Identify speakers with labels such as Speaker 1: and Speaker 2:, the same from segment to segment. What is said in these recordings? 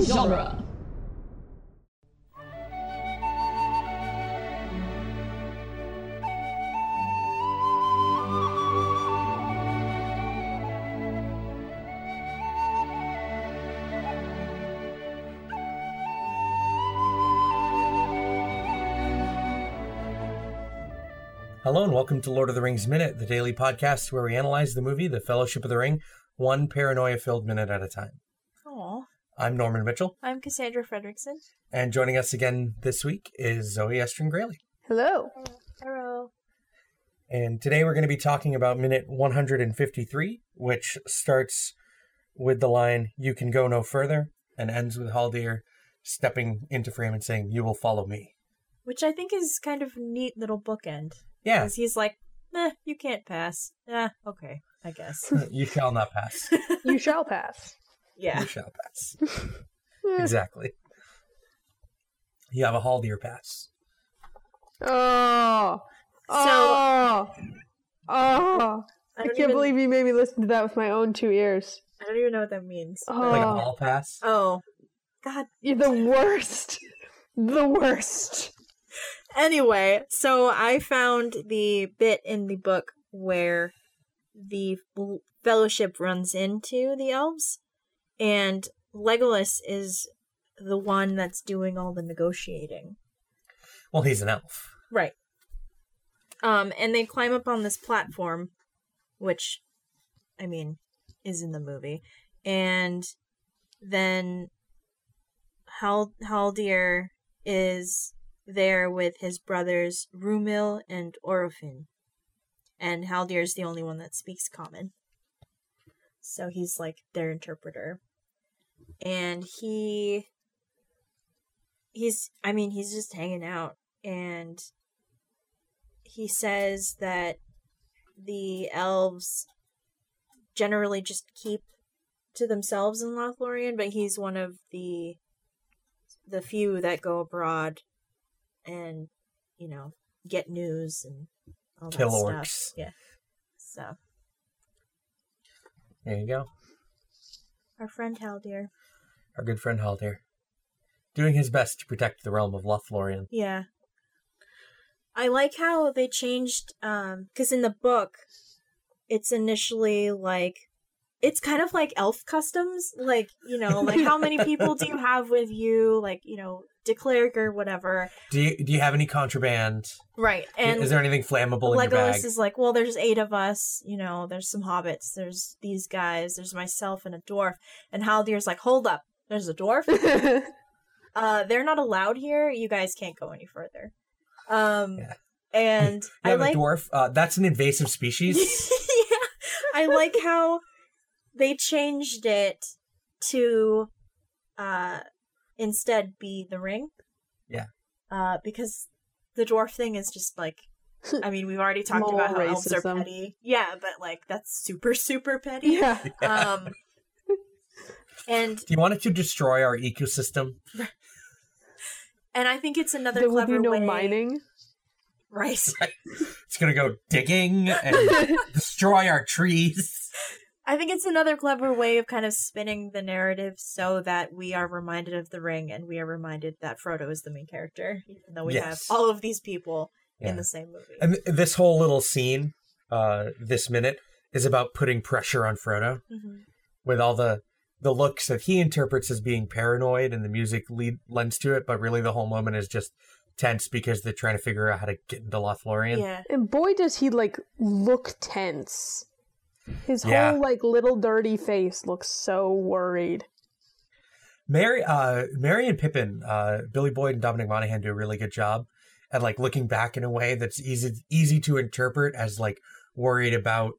Speaker 1: genre.
Speaker 2: Hello and welcome to Lord of the Rings Minute, the daily podcast where we analyze the movie The Fellowship of the Ring, one paranoia filled minute at a time.
Speaker 3: Aw.
Speaker 2: I'm Norman Mitchell,
Speaker 3: I'm Cassandra Fredrickson.
Speaker 2: and joining us again this week is Zoe Estrin Grayley.
Speaker 4: Hello.
Speaker 3: Hello.
Speaker 2: And today we're going to be talking about minute 153, which starts with the line, You can go no further, and ends with Haldir stepping into frame and saying, You will follow me.
Speaker 3: Which I think is kind of neat little bookend.
Speaker 2: Yeah,
Speaker 3: Because he's like, eh, you can't pass. Eh, okay, I guess.
Speaker 2: you shall not pass.
Speaker 4: You shall pass.
Speaker 3: yeah.
Speaker 2: You shall pass. exactly. You have a Haldir pass.
Speaker 4: Oh. Oh. Oh. I, can't
Speaker 3: even,
Speaker 4: believe you made me listen to that with my own two ears.
Speaker 3: I don't even know what that means.
Speaker 4: Oh.
Speaker 2: Like a hall pass.
Speaker 3: Oh. God.
Speaker 4: You're the worst. The worst.
Speaker 3: Anyway, so I found the bit in the book where the l- fellowship runs into the elves, and Legolas is the one that's doing all the negotiating.
Speaker 2: Well, he's an elf.
Speaker 3: Right. Um, and they climb up on this platform, which, I mean, is in the movie, and then Hal Haldir is there with his brothers Rumil and Orofin, and Haldir is the only one that speaks Common, so he's like their interpreter, and he. He's, I mean, he's just hanging out and he says that the elves generally just keep to themselves in Lothlorien, but he's one of the the few that go abroad and you know get news and all
Speaker 2: Kill
Speaker 3: that
Speaker 2: orcs.
Speaker 3: stuff. Yeah. So
Speaker 2: There you go.
Speaker 3: our friend Haldir.
Speaker 2: Our good friend Haldir. Doing his best to protect the realm of Lothlorien.
Speaker 3: Yeah. I like how they changed um cuz in the book it's initially like it's kind of like elf customs, like, you know, like how many people do you have with you, like, you know, declare or whatever.
Speaker 2: Do you do you have any contraband?
Speaker 3: Right.
Speaker 2: And
Speaker 3: And
Speaker 2: is there anything flammable in your bag?
Speaker 3: Legolas is like, well, there's eight of us. You know, there's some hobbits. There's these guys. There's myself and a dwarf. And Haldir's like, hold up, there's a dwarf. uh, they're not allowed here. You guys can't go any further. Um,
Speaker 2: Yeah.
Speaker 3: and
Speaker 2: you
Speaker 3: I
Speaker 2: have
Speaker 3: like,
Speaker 2: a dwarf. Uh, that's an invasive species.
Speaker 3: yeah, I like how they changed it to, uh, instead be the ring.
Speaker 2: Yeah.
Speaker 3: Uh, because the dwarf thing is just like, I mean, we've already talked
Speaker 4: Moral
Speaker 3: about how elves are
Speaker 4: racism.
Speaker 3: petty. Yeah, but like that's super super petty.
Speaker 4: yeah.
Speaker 3: Um, and
Speaker 2: Do you want it to destroy our ecosystem?
Speaker 3: and I think it's another
Speaker 4: There will
Speaker 3: clever
Speaker 4: be no
Speaker 3: way.
Speaker 4: mining.
Speaker 3: Right.
Speaker 2: It's gonna go digging and destroy our trees.
Speaker 3: I think it's another clever way of kind of spinning the narrative so that we are reminded of the ring and we are reminded that Frodo is the main character, even though we have
Speaker 2: Yes.
Speaker 3: all of these people
Speaker 2: Yeah.
Speaker 3: in the same movie.
Speaker 2: And th- this whole little scene, uh, this minute, is about putting pressure on Frodo
Speaker 3: Mhm.
Speaker 2: with all the the looks that he interprets as being paranoid, and the music lead, lends to it. But really, the whole moment is just tense because they're trying to figure out how to get into Lothlorien.
Speaker 3: Yeah.
Speaker 4: And boy does he like look tense. His
Speaker 2: Yeah.
Speaker 4: whole like little dirty face looks so worried.
Speaker 2: Mary, uh, Mary and Pippin, uh, Billy Boyd and Dominic Monaghan do a really good job at like looking back in a way that's easy easy to interpret as like worried about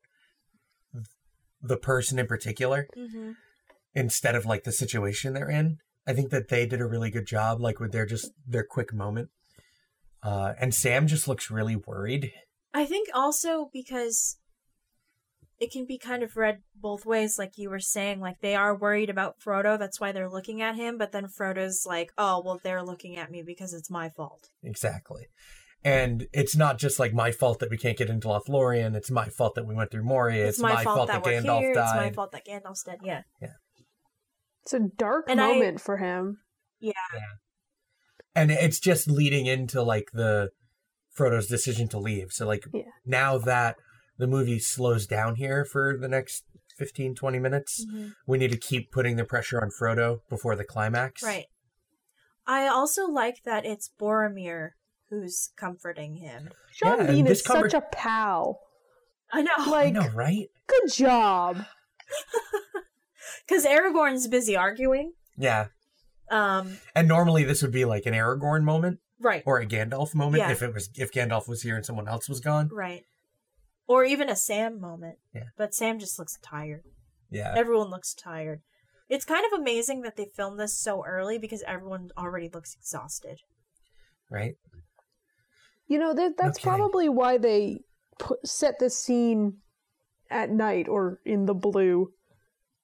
Speaker 2: the person in particular
Speaker 3: hmm
Speaker 2: instead of like the situation they're in. I think that they did a really good job, like with their just their quick moment. Uh, and Sam just looks really worried.
Speaker 3: I think also because it can be kind of read both ways, like you were saying, like they are worried about Frodo, that's why they're looking at him, but then Frodo's like, oh, well, they're looking at me because it's my fault.
Speaker 2: Exactly. And it's not just like my fault that we can't get into Lothlorien. It's my fault that we went through Moria. It's, my, fault, that,
Speaker 3: we're
Speaker 2: Gandalf
Speaker 3: here.
Speaker 2: died.
Speaker 3: It's my fault that Gandalf's dead. Yeah.
Speaker 4: It's a dark
Speaker 3: And I-
Speaker 4: moment for him.
Speaker 2: and it's just leading into like the Frodo's decision to leave. So like
Speaker 4: Yeah.
Speaker 2: now that the movie slows down here for the next 15 20 minutes, we need to keep putting the pressure on Frodo before the climax.
Speaker 3: Right. I also like that it's Boromir who's comforting him.
Speaker 4: Sean
Speaker 2: Yeah,
Speaker 4: Bean
Speaker 2: and
Speaker 4: is
Speaker 2: this conver-
Speaker 4: such a pal.
Speaker 3: I know.
Speaker 2: I
Speaker 4: Like,
Speaker 2: know, right?
Speaker 4: good job.
Speaker 3: Because Aragorn's busy arguing.
Speaker 2: Yeah.
Speaker 3: Um,
Speaker 2: And normally this would be like an Aragorn moment
Speaker 3: right,
Speaker 2: or a Gandalf moment
Speaker 3: Yeah.
Speaker 2: if it was if Gandalf was here and someone else was gone.
Speaker 3: right. Or even a Sam moment.
Speaker 2: Yeah. Uh,
Speaker 3: But Sam just looks tired.
Speaker 2: Yeah.
Speaker 3: Everyone looks tired. It's kind of amazing that they filmed this so early because everyone already looks exhausted.
Speaker 2: Right?
Speaker 4: You know, that, that's
Speaker 2: kidding.
Speaker 4: probably why they put, set this scene at night or in the blue.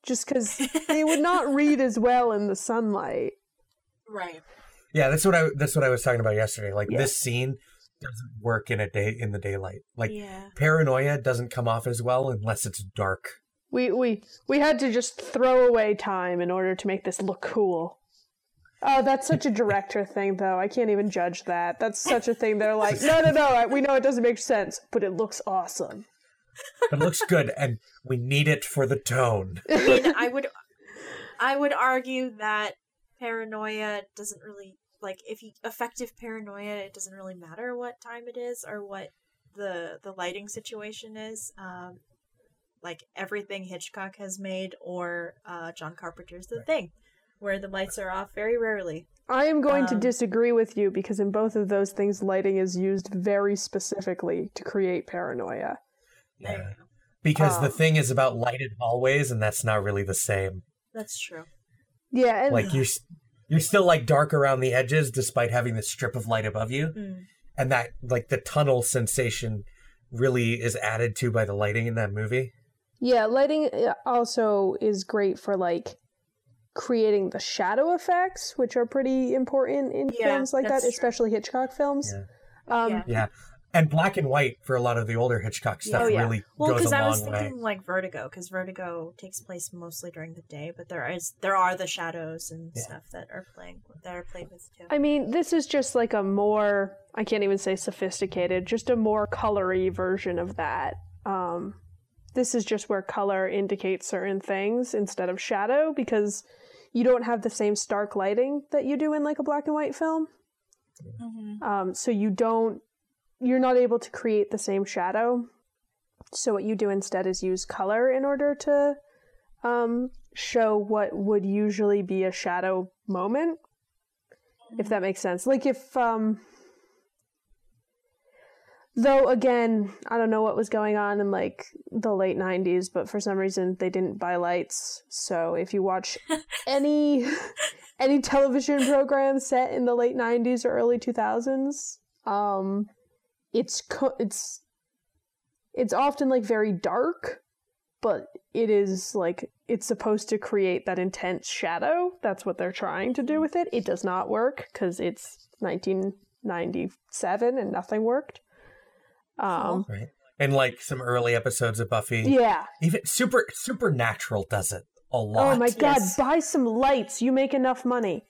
Speaker 4: Just because they would not read as well in the sunlight.
Speaker 3: Right.
Speaker 2: Yeah, that's what I that's what I was talking about yesterday. Like
Speaker 4: Yeah.
Speaker 2: this scene doesn't work in a day in the daylight. Like
Speaker 3: yeah.
Speaker 2: paranoia doesn't come off as well unless it's dark.
Speaker 4: We we we had to just throw away time in order to make this look cool. Oh, that's such a director thing, though. I can't even judge that. That's such a thing. They're like, no, no, no. I- We know it doesn't make sense, but it looks awesome.
Speaker 2: But it looks good and we need it for the tone.
Speaker 3: I mean, I would, I would argue that paranoia doesn't really like if you effective paranoia. It doesn't really matter what time it is or what the the lighting situation is. Um, like everything Hitchcock has made or uh, John Carpenter's The Thing, where the lights are off very rarely.
Speaker 4: I am going to
Speaker 3: Um,
Speaker 4: disagree with you because in both of those things, lighting is used very specifically to create paranoia.
Speaker 2: Yeah.
Speaker 3: There you go.
Speaker 2: Because the
Speaker 4: Oh.
Speaker 2: thing is about lighted hallways and that's not really the same.
Speaker 3: That's true.
Speaker 4: Yeah, and
Speaker 2: Like you're s- you're still like dark around the edges despite having the strip of light above you
Speaker 3: Mm.
Speaker 2: and that like the tunnel sensation really is added to by the lighting in that movie.
Speaker 4: yeah, lighting uh, also is great for like creating the shadow effects, which are pretty important in
Speaker 3: Yeah,
Speaker 4: films like that,
Speaker 3: that's true.
Speaker 4: especially Hitchcock films.
Speaker 2: Yeah.
Speaker 4: Um,
Speaker 3: Yeah.
Speaker 2: And black and white for a lot of the older Hitchcock stuff
Speaker 4: Oh, yeah.
Speaker 2: really
Speaker 3: Well,
Speaker 2: goes
Speaker 3: because
Speaker 2: a
Speaker 3: I
Speaker 2: long
Speaker 3: was
Speaker 2: way.
Speaker 3: thinking like Vertigo, because Vertigo takes place mostly during the day, but there is there are the shadows and
Speaker 2: Yeah.
Speaker 3: stuff that are playing that are played with too.
Speaker 4: I mean, this is just like a more I can't even say sophisticated, just a more colory version of that. Um, this is just where color indicates certain things instead of shadow because you don't have the same stark lighting that you do in like a black and white film.
Speaker 3: Mm-hmm.
Speaker 4: Um, so you don't you're not able to create the same shadow. So what you do instead is use color in order to um, show what would usually be a shadow moment if that makes sense. Like if um though again, I don't know what was going on in like the late 90s, but for some reason they didn't buy lights. So if you watch any any television program set in the late 90s or early 2000s, um it's co- it's it's often like very dark, but it is like it's supposed to create that intense shadow. That's what they're trying to do with it. It does not work because it's 1997 and nothing worked. Um,
Speaker 2: Right. And like some early episodes of Buffy.
Speaker 4: yeah.
Speaker 2: Even super supernatural does it a lot.
Speaker 4: Oh my god,
Speaker 3: Yes.
Speaker 4: buy some lights. You make enough money.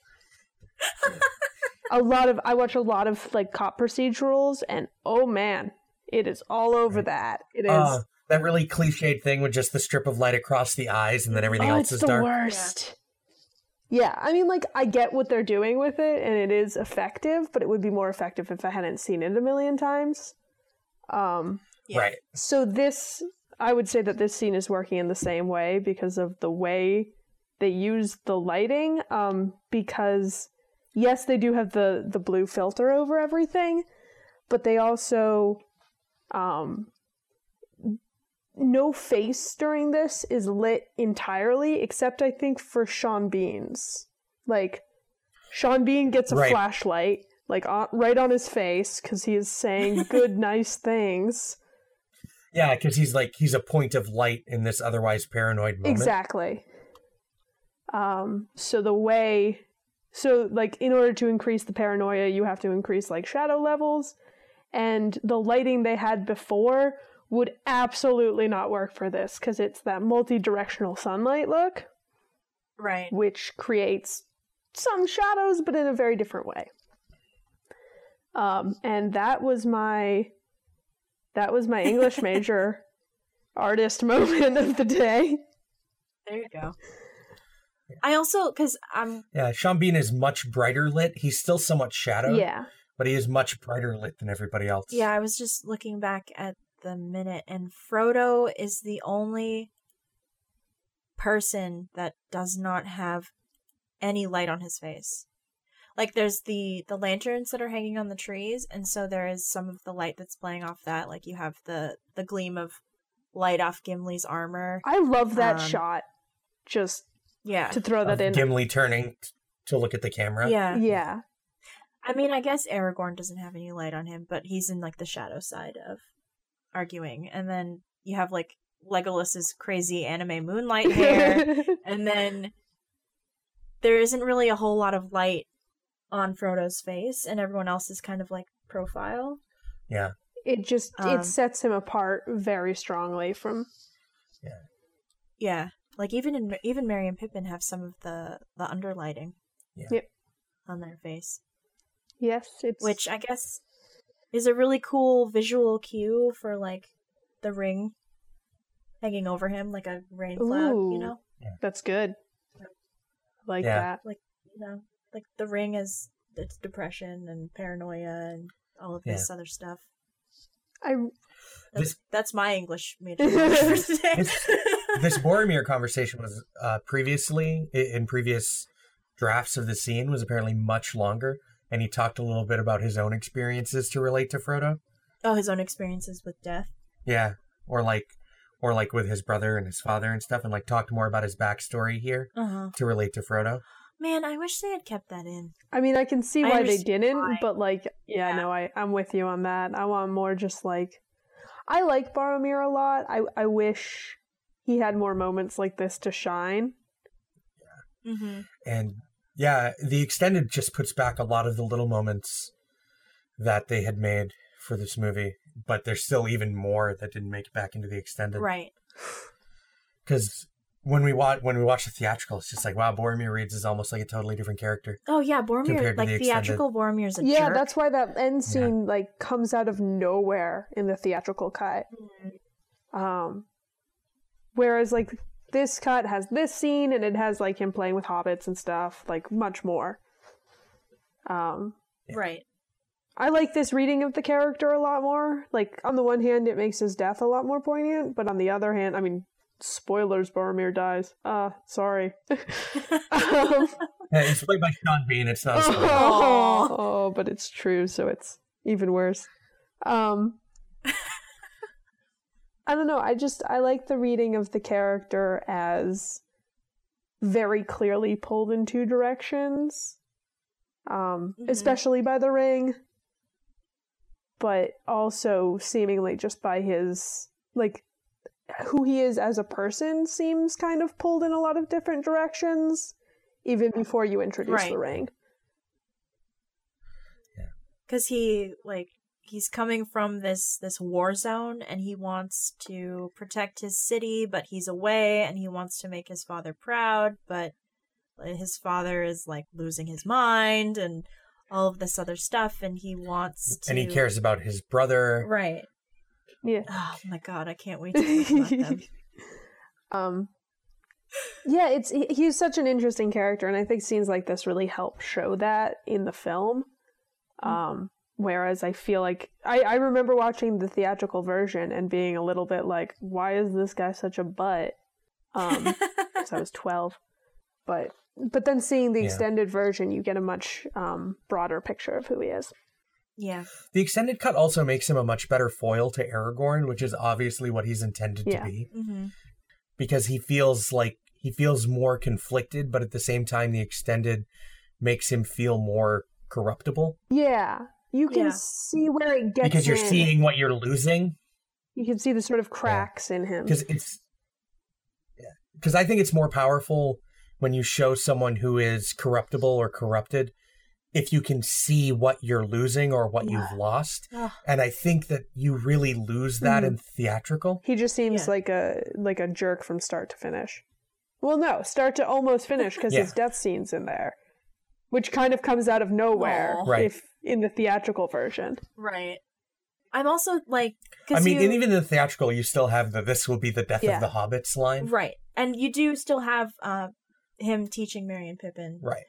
Speaker 4: a lot of I watch a lot of like cop procedurals, and oh man, it is all over
Speaker 2: Right.
Speaker 4: that. It is.
Speaker 2: Uh, that really cliched thing with just the strip of light across the eyes and then everything
Speaker 4: oh,
Speaker 2: else
Speaker 4: it's
Speaker 2: is
Speaker 4: the
Speaker 2: dark.
Speaker 4: worst. Yeah. I mean, like I get what they're doing with it, and it is effective, but it would be more effective if I hadn't seen it a million times. Um,
Speaker 3: Yeah.
Speaker 2: Right.
Speaker 4: so this, I would say that this scene is working in the same way because of the way they use the lighting. Um, because yes, they do have the the blue filter over everything, but they also, um, no face during this is lit entirely, except I think for Sean Bean's. Like, Sean Bean gets a
Speaker 2: Right.
Speaker 4: flashlight, like on, right on his face, because he is saying good, nice things.
Speaker 2: Yeah, because he's like he's a point of light in this otherwise paranoid moment.
Speaker 4: Exactly. Um, so the way, so like in order to increase the paranoia, you have to increase like shadow levels, and the lighting they had before would absolutely not work for this because it's that multi-directional sunlight look.
Speaker 3: Right.
Speaker 4: which creates some shadows, but in a very different way. Um, and that was my that was my English major artist moment of the day.
Speaker 3: There you go. I also because I'm
Speaker 2: Yeah, Sean Bean is much brighter lit. He's still somewhat shadowed,
Speaker 4: Yeah,
Speaker 2: but he is much brighter lit than everybody else.
Speaker 3: yeah I was just looking back at the minute and Frodo is the only person that does not have any light on his face. Like there's the the lanterns that are hanging on the trees and so there is some of the light that's playing off that like you have the the gleam of light off Gimli's armor.
Speaker 4: I love that
Speaker 3: Um,
Speaker 4: shot. Just
Speaker 3: Yeah.
Speaker 4: to throw
Speaker 2: Of
Speaker 4: Oh, that in.
Speaker 2: Gimli turning t- to look at the camera.
Speaker 3: Yeah.
Speaker 4: Yeah,
Speaker 3: I mean, I guess Aragorn doesn't have any light on him, but he's in like the shadow side of arguing. And then you have like Legolas's crazy anime moonlight hair, and then there isn't really a whole lot of light on Frodo's face, and everyone else is kind of like profile.
Speaker 4: it just
Speaker 3: Um,
Speaker 4: it sets him apart very strongly from
Speaker 3: Yeah, like even in even Merry and Pippin have some of the the underlighting.
Speaker 2: Yeah.
Speaker 4: Yep.
Speaker 3: On their face,
Speaker 4: yes, it's
Speaker 3: which I guess is a really cool visual cue for like the ring hanging over him like a rain cloud, you
Speaker 4: Ooh.
Speaker 3: know?
Speaker 4: that's good. Like
Speaker 2: Yeah.
Speaker 4: that.
Speaker 3: You know, like the ring is it's depression and paranoia and all of this other stuff.
Speaker 4: I
Speaker 3: That's,
Speaker 2: This-
Speaker 3: that's my English major for today.
Speaker 2: This- this Boromir conversation was uh, previously i- in previous drafts of the scene was apparently much longer, and he talked a little bit about his own experiences to relate to Frodo.
Speaker 3: oh, his own experiences with death.
Speaker 2: Yeah, or like, or like with his brother and his father and stuff, and like talked more about his backstory here
Speaker 3: Uh-huh.
Speaker 2: to relate to Frodo.
Speaker 3: Man, I wish they had kept that in.
Speaker 4: I mean, I can see
Speaker 3: I
Speaker 4: why they
Speaker 3: understand
Speaker 4: didn't,
Speaker 3: why.
Speaker 4: but like, yeah,
Speaker 3: Yeah.
Speaker 4: no, I, I'm with you on that. I want more just like, I like Boromir a lot. I, I wish he had more moments like this to shine.
Speaker 3: Mm-hmm.
Speaker 2: And yeah, the extended just puts back a lot of the little moments that they had made for this movie, but there's still even more that didn't make it back into the extended.
Speaker 3: Right.
Speaker 2: because when we watch when we watch the theatrical, it's just like wow, Boromir Reeds is almost like a totally different character.
Speaker 3: Oh yeah, Boromir,
Speaker 2: Compared to
Speaker 3: like
Speaker 2: the extended-
Speaker 3: theatrical Boromir's a
Speaker 4: yeah,
Speaker 3: jerk.
Speaker 4: that's why that end
Speaker 2: Yeah.
Speaker 4: scene like comes out of nowhere in the theatrical cut.
Speaker 3: Mhm.
Speaker 4: Um, whereas like this cut has this scene and it has like him playing with hobbits and stuff, like much more. Um,
Speaker 2: Yeah.
Speaker 3: Right.
Speaker 4: I like this reading of the character a lot more. Like, on the one hand, it makes his death a lot more poignant, but on the other hand, I mean, spoilers, Boromir dies. Uh, sorry. um,
Speaker 2: Yeah, it's played by Sean Bean. It's not. a spoiler.
Speaker 4: oh, oh, but it's true, so it's even worse. Um, I don't know. I just I like the reading of the character as very clearly pulled in two directions, um,
Speaker 3: Mhm.
Speaker 4: especially by the ring, but also seemingly just by his like who he is as a person seems kind of pulled in a lot of different directions even before you introduce
Speaker 3: Right.
Speaker 4: the ring
Speaker 3: because he like he's coming from this this war zone and he wants to protect his city but he's away and he wants to make his father proud but uh, his father is like losing his mind and all of this other stuff and he wants to
Speaker 2: And he cares about his brother.
Speaker 3: right
Speaker 4: yeah
Speaker 3: oh my god i can't wait to talk about them
Speaker 4: um yeah it's he, he's such an interesting character and i think scenes like this really help show that in the film um whereas i feel like i i remember watching the theatrical version and being a little bit like why is this guy such a butt um because I was 12. But but then seeing the
Speaker 2: Yeah.
Speaker 4: extended version, you get a much um, broader picture of who he is.
Speaker 3: yeah
Speaker 2: The extended cut also makes him a much better foil to Aragorn, which is obviously what he's intended to
Speaker 4: Yeah.
Speaker 2: be,
Speaker 3: hmm
Speaker 2: because he feels like he feels more conflicted, but at the same time, the extended makes him feel more corruptible
Speaker 4: Yeah, you can
Speaker 3: Yeah.
Speaker 4: see where it gets
Speaker 2: because you're
Speaker 4: in.
Speaker 2: seeing what you're losing.
Speaker 4: You can see the sort of cracks in him.
Speaker 2: because it's because I think it's more powerful when you show someone who is corruptible or corrupted if you can see what you're losing or what you've lost
Speaker 3: Ugh. Hmm.
Speaker 2: and I think that you really lose that in theatrical
Speaker 4: He just seems
Speaker 3: Yeah.
Speaker 4: like a like a jerk from start to finish. Well, no, start to almost finish because
Speaker 2: Yeah.
Speaker 4: there's death scenes in there, which kind of comes out of nowhere
Speaker 3: Aw.
Speaker 2: Right.
Speaker 4: if in the theatrical version.
Speaker 3: Right. I'm also like,
Speaker 2: I
Speaker 3: because
Speaker 2: mean,
Speaker 3: you,
Speaker 2: and even in the theatrical, you still have the "This will be the death
Speaker 4: Yeah.
Speaker 2: of the hobbits" line,
Speaker 3: right, and you do still have uh, him teaching Marion Pippin,
Speaker 2: right?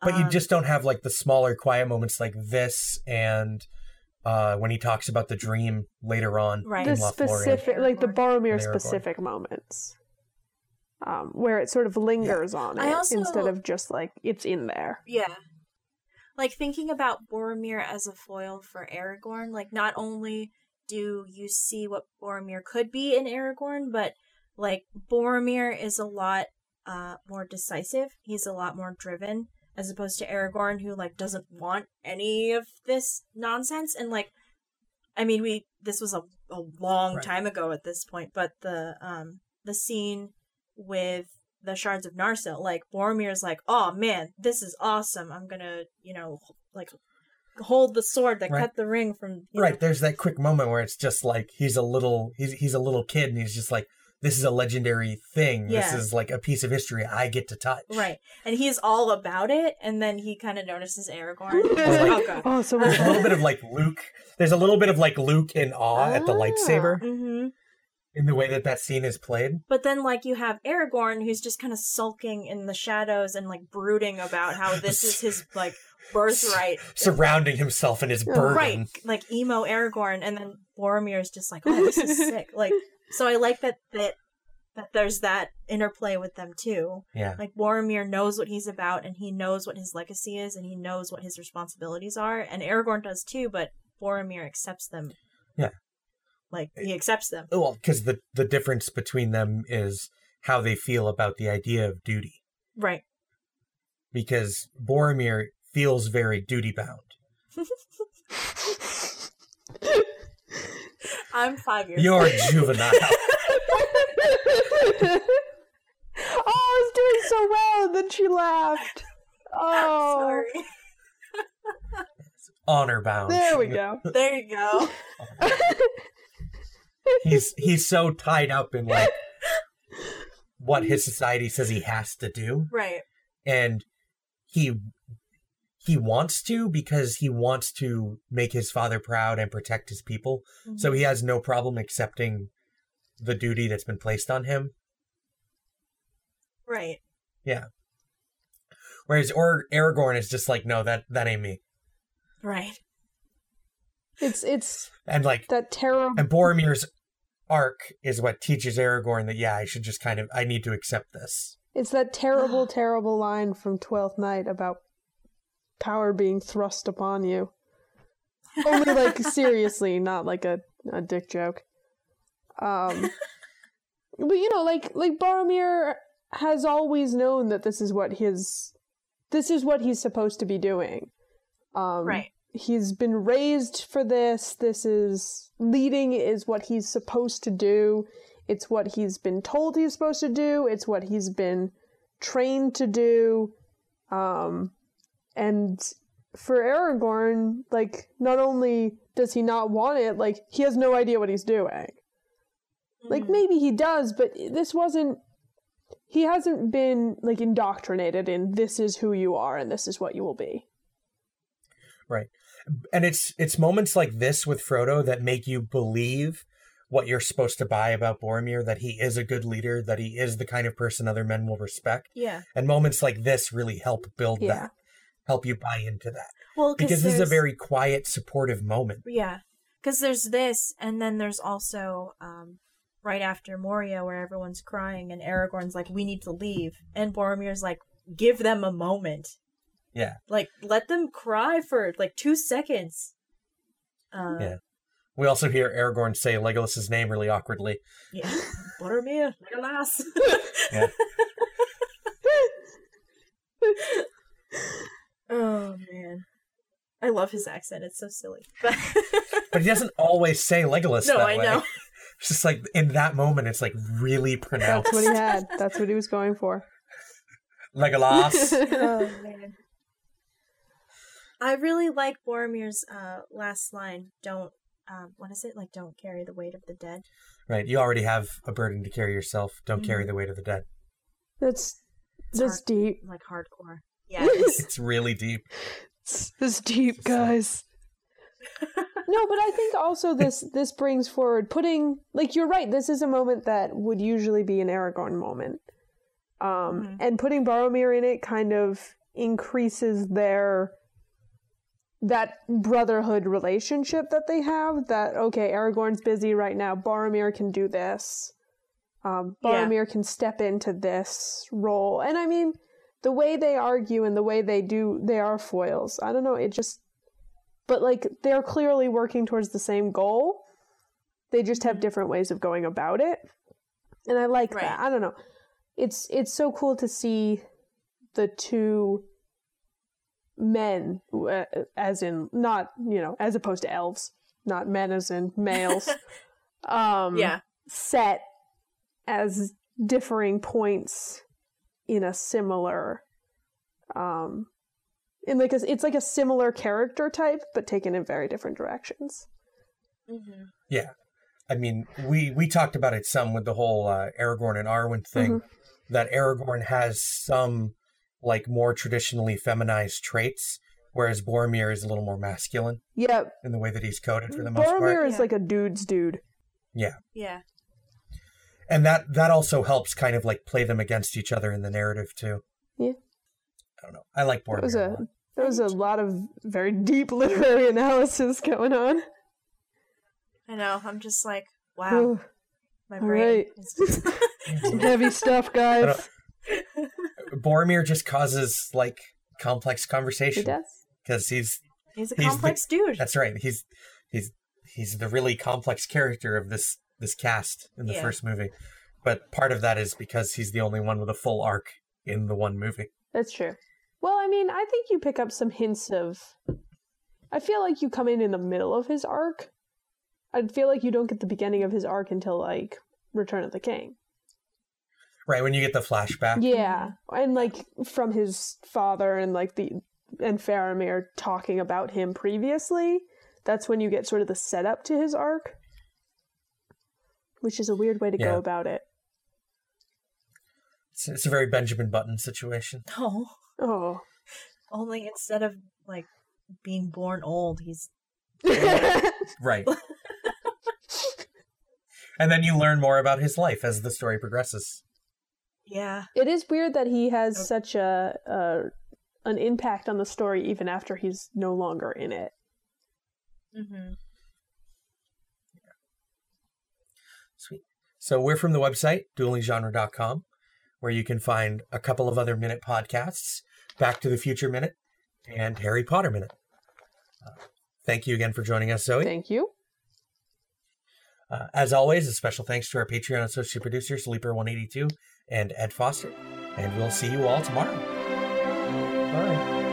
Speaker 2: But you
Speaker 3: Um,
Speaker 2: just don't have like the smaller, quiet moments like this, and uh, when he talks about the dream later on
Speaker 3: Right.
Speaker 2: in
Speaker 4: the
Speaker 3: Didn't
Speaker 2: Lothlorien.
Speaker 4: specific, like the Boromir
Speaker 2: Aragorn.
Speaker 4: specific moments, um, where it sort of lingers on it
Speaker 3: I also-
Speaker 4: instead of just like it's in there.
Speaker 3: Yeah. Like thinking about Boromir as a foil for Aragorn, like not only do you see what Boromir could be in Aragorn, but like Boromir is a lot uh more decisive. He's a lot more driven as opposed to Aragorn who like doesn't want any of this nonsense and like I mean we this was a, a long
Speaker 2: Right.
Speaker 3: time ago at this point, but the um the scene with the shards of Narsil. Like Boromir's like, oh man, this is awesome. I'm gonna, you know, like hold the sword that
Speaker 2: Right.
Speaker 3: cut the ring from you know."
Speaker 2: Right. There's that quick moment where it's just like he's a little he's he's a little kid and he's just like, This is a legendary thing. This
Speaker 3: Yeah.
Speaker 2: is like a piece of history I get to touch.
Speaker 3: Right. And he's all about it, and then he kind of notices Aragorn. and he's like, oh
Speaker 4: Like,
Speaker 3: god.
Speaker 4: oh, so
Speaker 2: There's
Speaker 4: much.
Speaker 2: a little bit of like Luke. There's a little bit of like Luke in awe at the
Speaker 4: Ah.
Speaker 2: lightsaber
Speaker 3: hmm
Speaker 2: in the way that that scene is played.
Speaker 3: But then, like, you have Aragorn who's just kind of sulking in the shadows and like brooding about how this is his like birthright.
Speaker 2: Surrounding himself in his
Speaker 4: Yeah.
Speaker 2: burden.
Speaker 3: Right, like emo Aragorn, and then Boromir is just like, "Oh, this is sick!" Like, so I like that that that there's that interplay with them too.
Speaker 2: Yeah.
Speaker 3: Like Boromir knows what he's about, and he knows what his legacy is, and he knows what his responsibilities are, and Aragorn does too. But Boromir accepts them.
Speaker 2: Yeah.
Speaker 3: like he accepts them.
Speaker 2: Well, because the the difference between them is how they feel about the idea of duty.
Speaker 3: Right.
Speaker 2: Because Boromir feels very duty bound.
Speaker 3: I'm five years.
Speaker 2: You're juvenile.
Speaker 4: oh, I was doing so well, and then she laughed. Oh,
Speaker 3: Sorry.
Speaker 2: Honor bound.
Speaker 4: there we go.
Speaker 3: There you go.
Speaker 2: he's he's so tied up in like what his society says he has to do
Speaker 3: Right.
Speaker 2: and he he wants to because he wants to make his father proud and protect his people so he has no problem accepting the duty that's been placed on him
Speaker 3: Right.
Speaker 2: whereas or aragorn is just like no that that ain't me
Speaker 3: Right.
Speaker 4: It's it's
Speaker 2: and like
Speaker 4: that terrible.
Speaker 2: and boromir's arc is what teaches aragorn that yeah i should just kind of i need to accept this
Speaker 4: It's that terrible, terrible line from Twelfth Night about power being thrust upon you. Only like seriously, not like a, a dick joke. Um But you know, like like Boromir has always known that this is what his this is what he's supposed to be doing. Um
Speaker 3: Right.
Speaker 4: he's been raised for this. This is leading is what he's supposed to do. It's what he's been told he's supposed to do. It's what he's been trained to do. Um, and for Aragorn, like not only does he not want it, like he has no idea what he's doing. Like
Speaker 3: Mhm.
Speaker 4: maybe he does, but this wasn't. He hasn't been like indoctrinated in this is who you are and this is what you will be.
Speaker 2: and it's it's moments like this with Frodo that make you believe what you're supposed to buy about Boromir that he is a good leader, that he is the kind of person other men will respect.
Speaker 3: Yeah.
Speaker 2: And moments like this really help build
Speaker 4: Yeah.
Speaker 2: that, help you buy into that.
Speaker 3: Well,
Speaker 2: Because this is a
Speaker 3: there's-
Speaker 2: very quiet, supportive moment.
Speaker 3: Yeah, because there's this, and then there's also um, right after Moria, where everyone's crying, and Aragorn's like, "We need to leave," and Boromir's like, "Give them a moment,
Speaker 2: Yeah.
Speaker 3: like let them cry for like two seconds." Uh,
Speaker 2: Yeah. We also hear Aragorn say Legolas's name really awkwardly.
Speaker 3: yeah. Boromir, Legolas.
Speaker 2: Yeah.
Speaker 3: oh man, I love his accent. It's so silly. But
Speaker 2: But he doesn't always say Legolas
Speaker 3: no,
Speaker 2: that
Speaker 3: I
Speaker 2: way.
Speaker 3: know.
Speaker 2: It's just like in that moment it's like really
Speaker 4: That's
Speaker 2: pronounced
Speaker 4: what he had. That's what he was going for.
Speaker 2: Legolas.
Speaker 3: oh man. I really like Boromir's uh, last line. Don't um, what is it like? Don't carry the weight of the dead.
Speaker 2: right. You already have a burden to carry yourself. Don't
Speaker 3: Mhm.
Speaker 2: carry the weight of the dead.
Speaker 4: That's
Speaker 3: It's
Speaker 4: that's
Speaker 3: hard-
Speaker 4: deep.
Speaker 3: like hardcore. Yeah, it is.
Speaker 2: It's really deep.
Speaker 4: It's- That's deep,
Speaker 2: It's like-
Speaker 4: guys. no, but I think also this this brings forward putting like you're right. This is a moment that would usually be an Aragorn moment, um,
Speaker 3: Mhm.
Speaker 4: and putting Boromir in it kind of increases their that brotherhood relationship that they have. That okay, Aragorn's busy right now. Boromir can do this. Um,
Speaker 3: Yeah.
Speaker 4: Boromir can step into this role, and I mean the way they argue and the way they do they are foils i don't know it just but like they're clearly working towards the same goal they just have
Speaker 3: Mhm.
Speaker 4: different ways of going about it and i like
Speaker 3: Right.
Speaker 4: that i don't know it's it's so cool to see the two men uh, as in not you know as opposed to elves not men as in males um
Speaker 3: yeah,
Speaker 4: set as differing points in a similar um in like a, it's like a similar character type but taken in very different directions
Speaker 3: hmm
Speaker 2: I mean, we we talked about it some with the whole uh, Aragorn and Arwen thing.
Speaker 4: Mm-hmm.
Speaker 2: That Aragorn has some like more traditionally feminized traits, whereas Boromir is a little more masculine
Speaker 4: yeah
Speaker 2: in the way that he's coded for the most part.
Speaker 4: boromir is
Speaker 3: Yeah.
Speaker 4: like a dude's dude
Speaker 3: yeah,
Speaker 2: and that that also helps kind of like play them against each other in the narrative too.
Speaker 4: Yeah.
Speaker 2: I don't know. I like Boromir.
Speaker 4: that was
Speaker 2: a
Speaker 4: a
Speaker 2: lot.
Speaker 4: there was a lot of very deep literary analysis going on
Speaker 3: I know. I'm just like, wow,
Speaker 4: Ooh,
Speaker 3: my
Speaker 4: Oh, all
Speaker 3: brain.
Speaker 4: right.
Speaker 3: is just-
Speaker 4: some heavy stuff guys
Speaker 2: uh, Boromir just causes like complex
Speaker 4: he
Speaker 2: conversation
Speaker 4: does
Speaker 2: because he's
Speaker 3: He's a
Speaker 2: He's the-
Speaker 3: complex dude.
Speaker 2: that's right he's he's he's the really complex character of this this cast in the
Speaker 3: Yeah.
Speaker 2: first movie, but part of that is because he's the only one with a full arc in the one movie.
Speaker 4: That's true. Well, I mean, I think you pick up some hints of. I feel like you come in in the middle of his arc. I feel like you don't get the beginning of his arc until like Return of the King.
Speaker 2: Right when you get the flashback,
Speaker 4: Yeah, and like from his father and like the and Faramir talking about him previously. That's when you get sort of the setup to his arc, which is a weird way to
Speaker 2: Yeah.
Speaker 4: go about it.
Speaker 2: it's, it's a very Benjamin Button situation.
Speaker 3: Oh,
Speaker 4: Oh.
Speaker 3: only instead of like being born old, he's
Speaker 2: Right. and then you learn more about his life as the story progresses.
Speaker 3: yeah,
Speaker 4: It is weird that he has
Speaker 3: Okay.
Speaker 4: such a, a an impact on the story even after he's no longer in it.
Speaker 3: hmm
Speaker 2: Sweet. So we're from the website, duelinggenre.com, where you can find a couple of other minute podcasts, Back to the Future Minute and Harry Potter Minute. Uh, thank you again for joining us, Zoe.
Speaker 4: Thank you.
Speaker 2: Uh, as always, a special thanks to our Patreon associate producers, Leaper182 and Ed Foster. And we'll see you all tomorrow. Bye.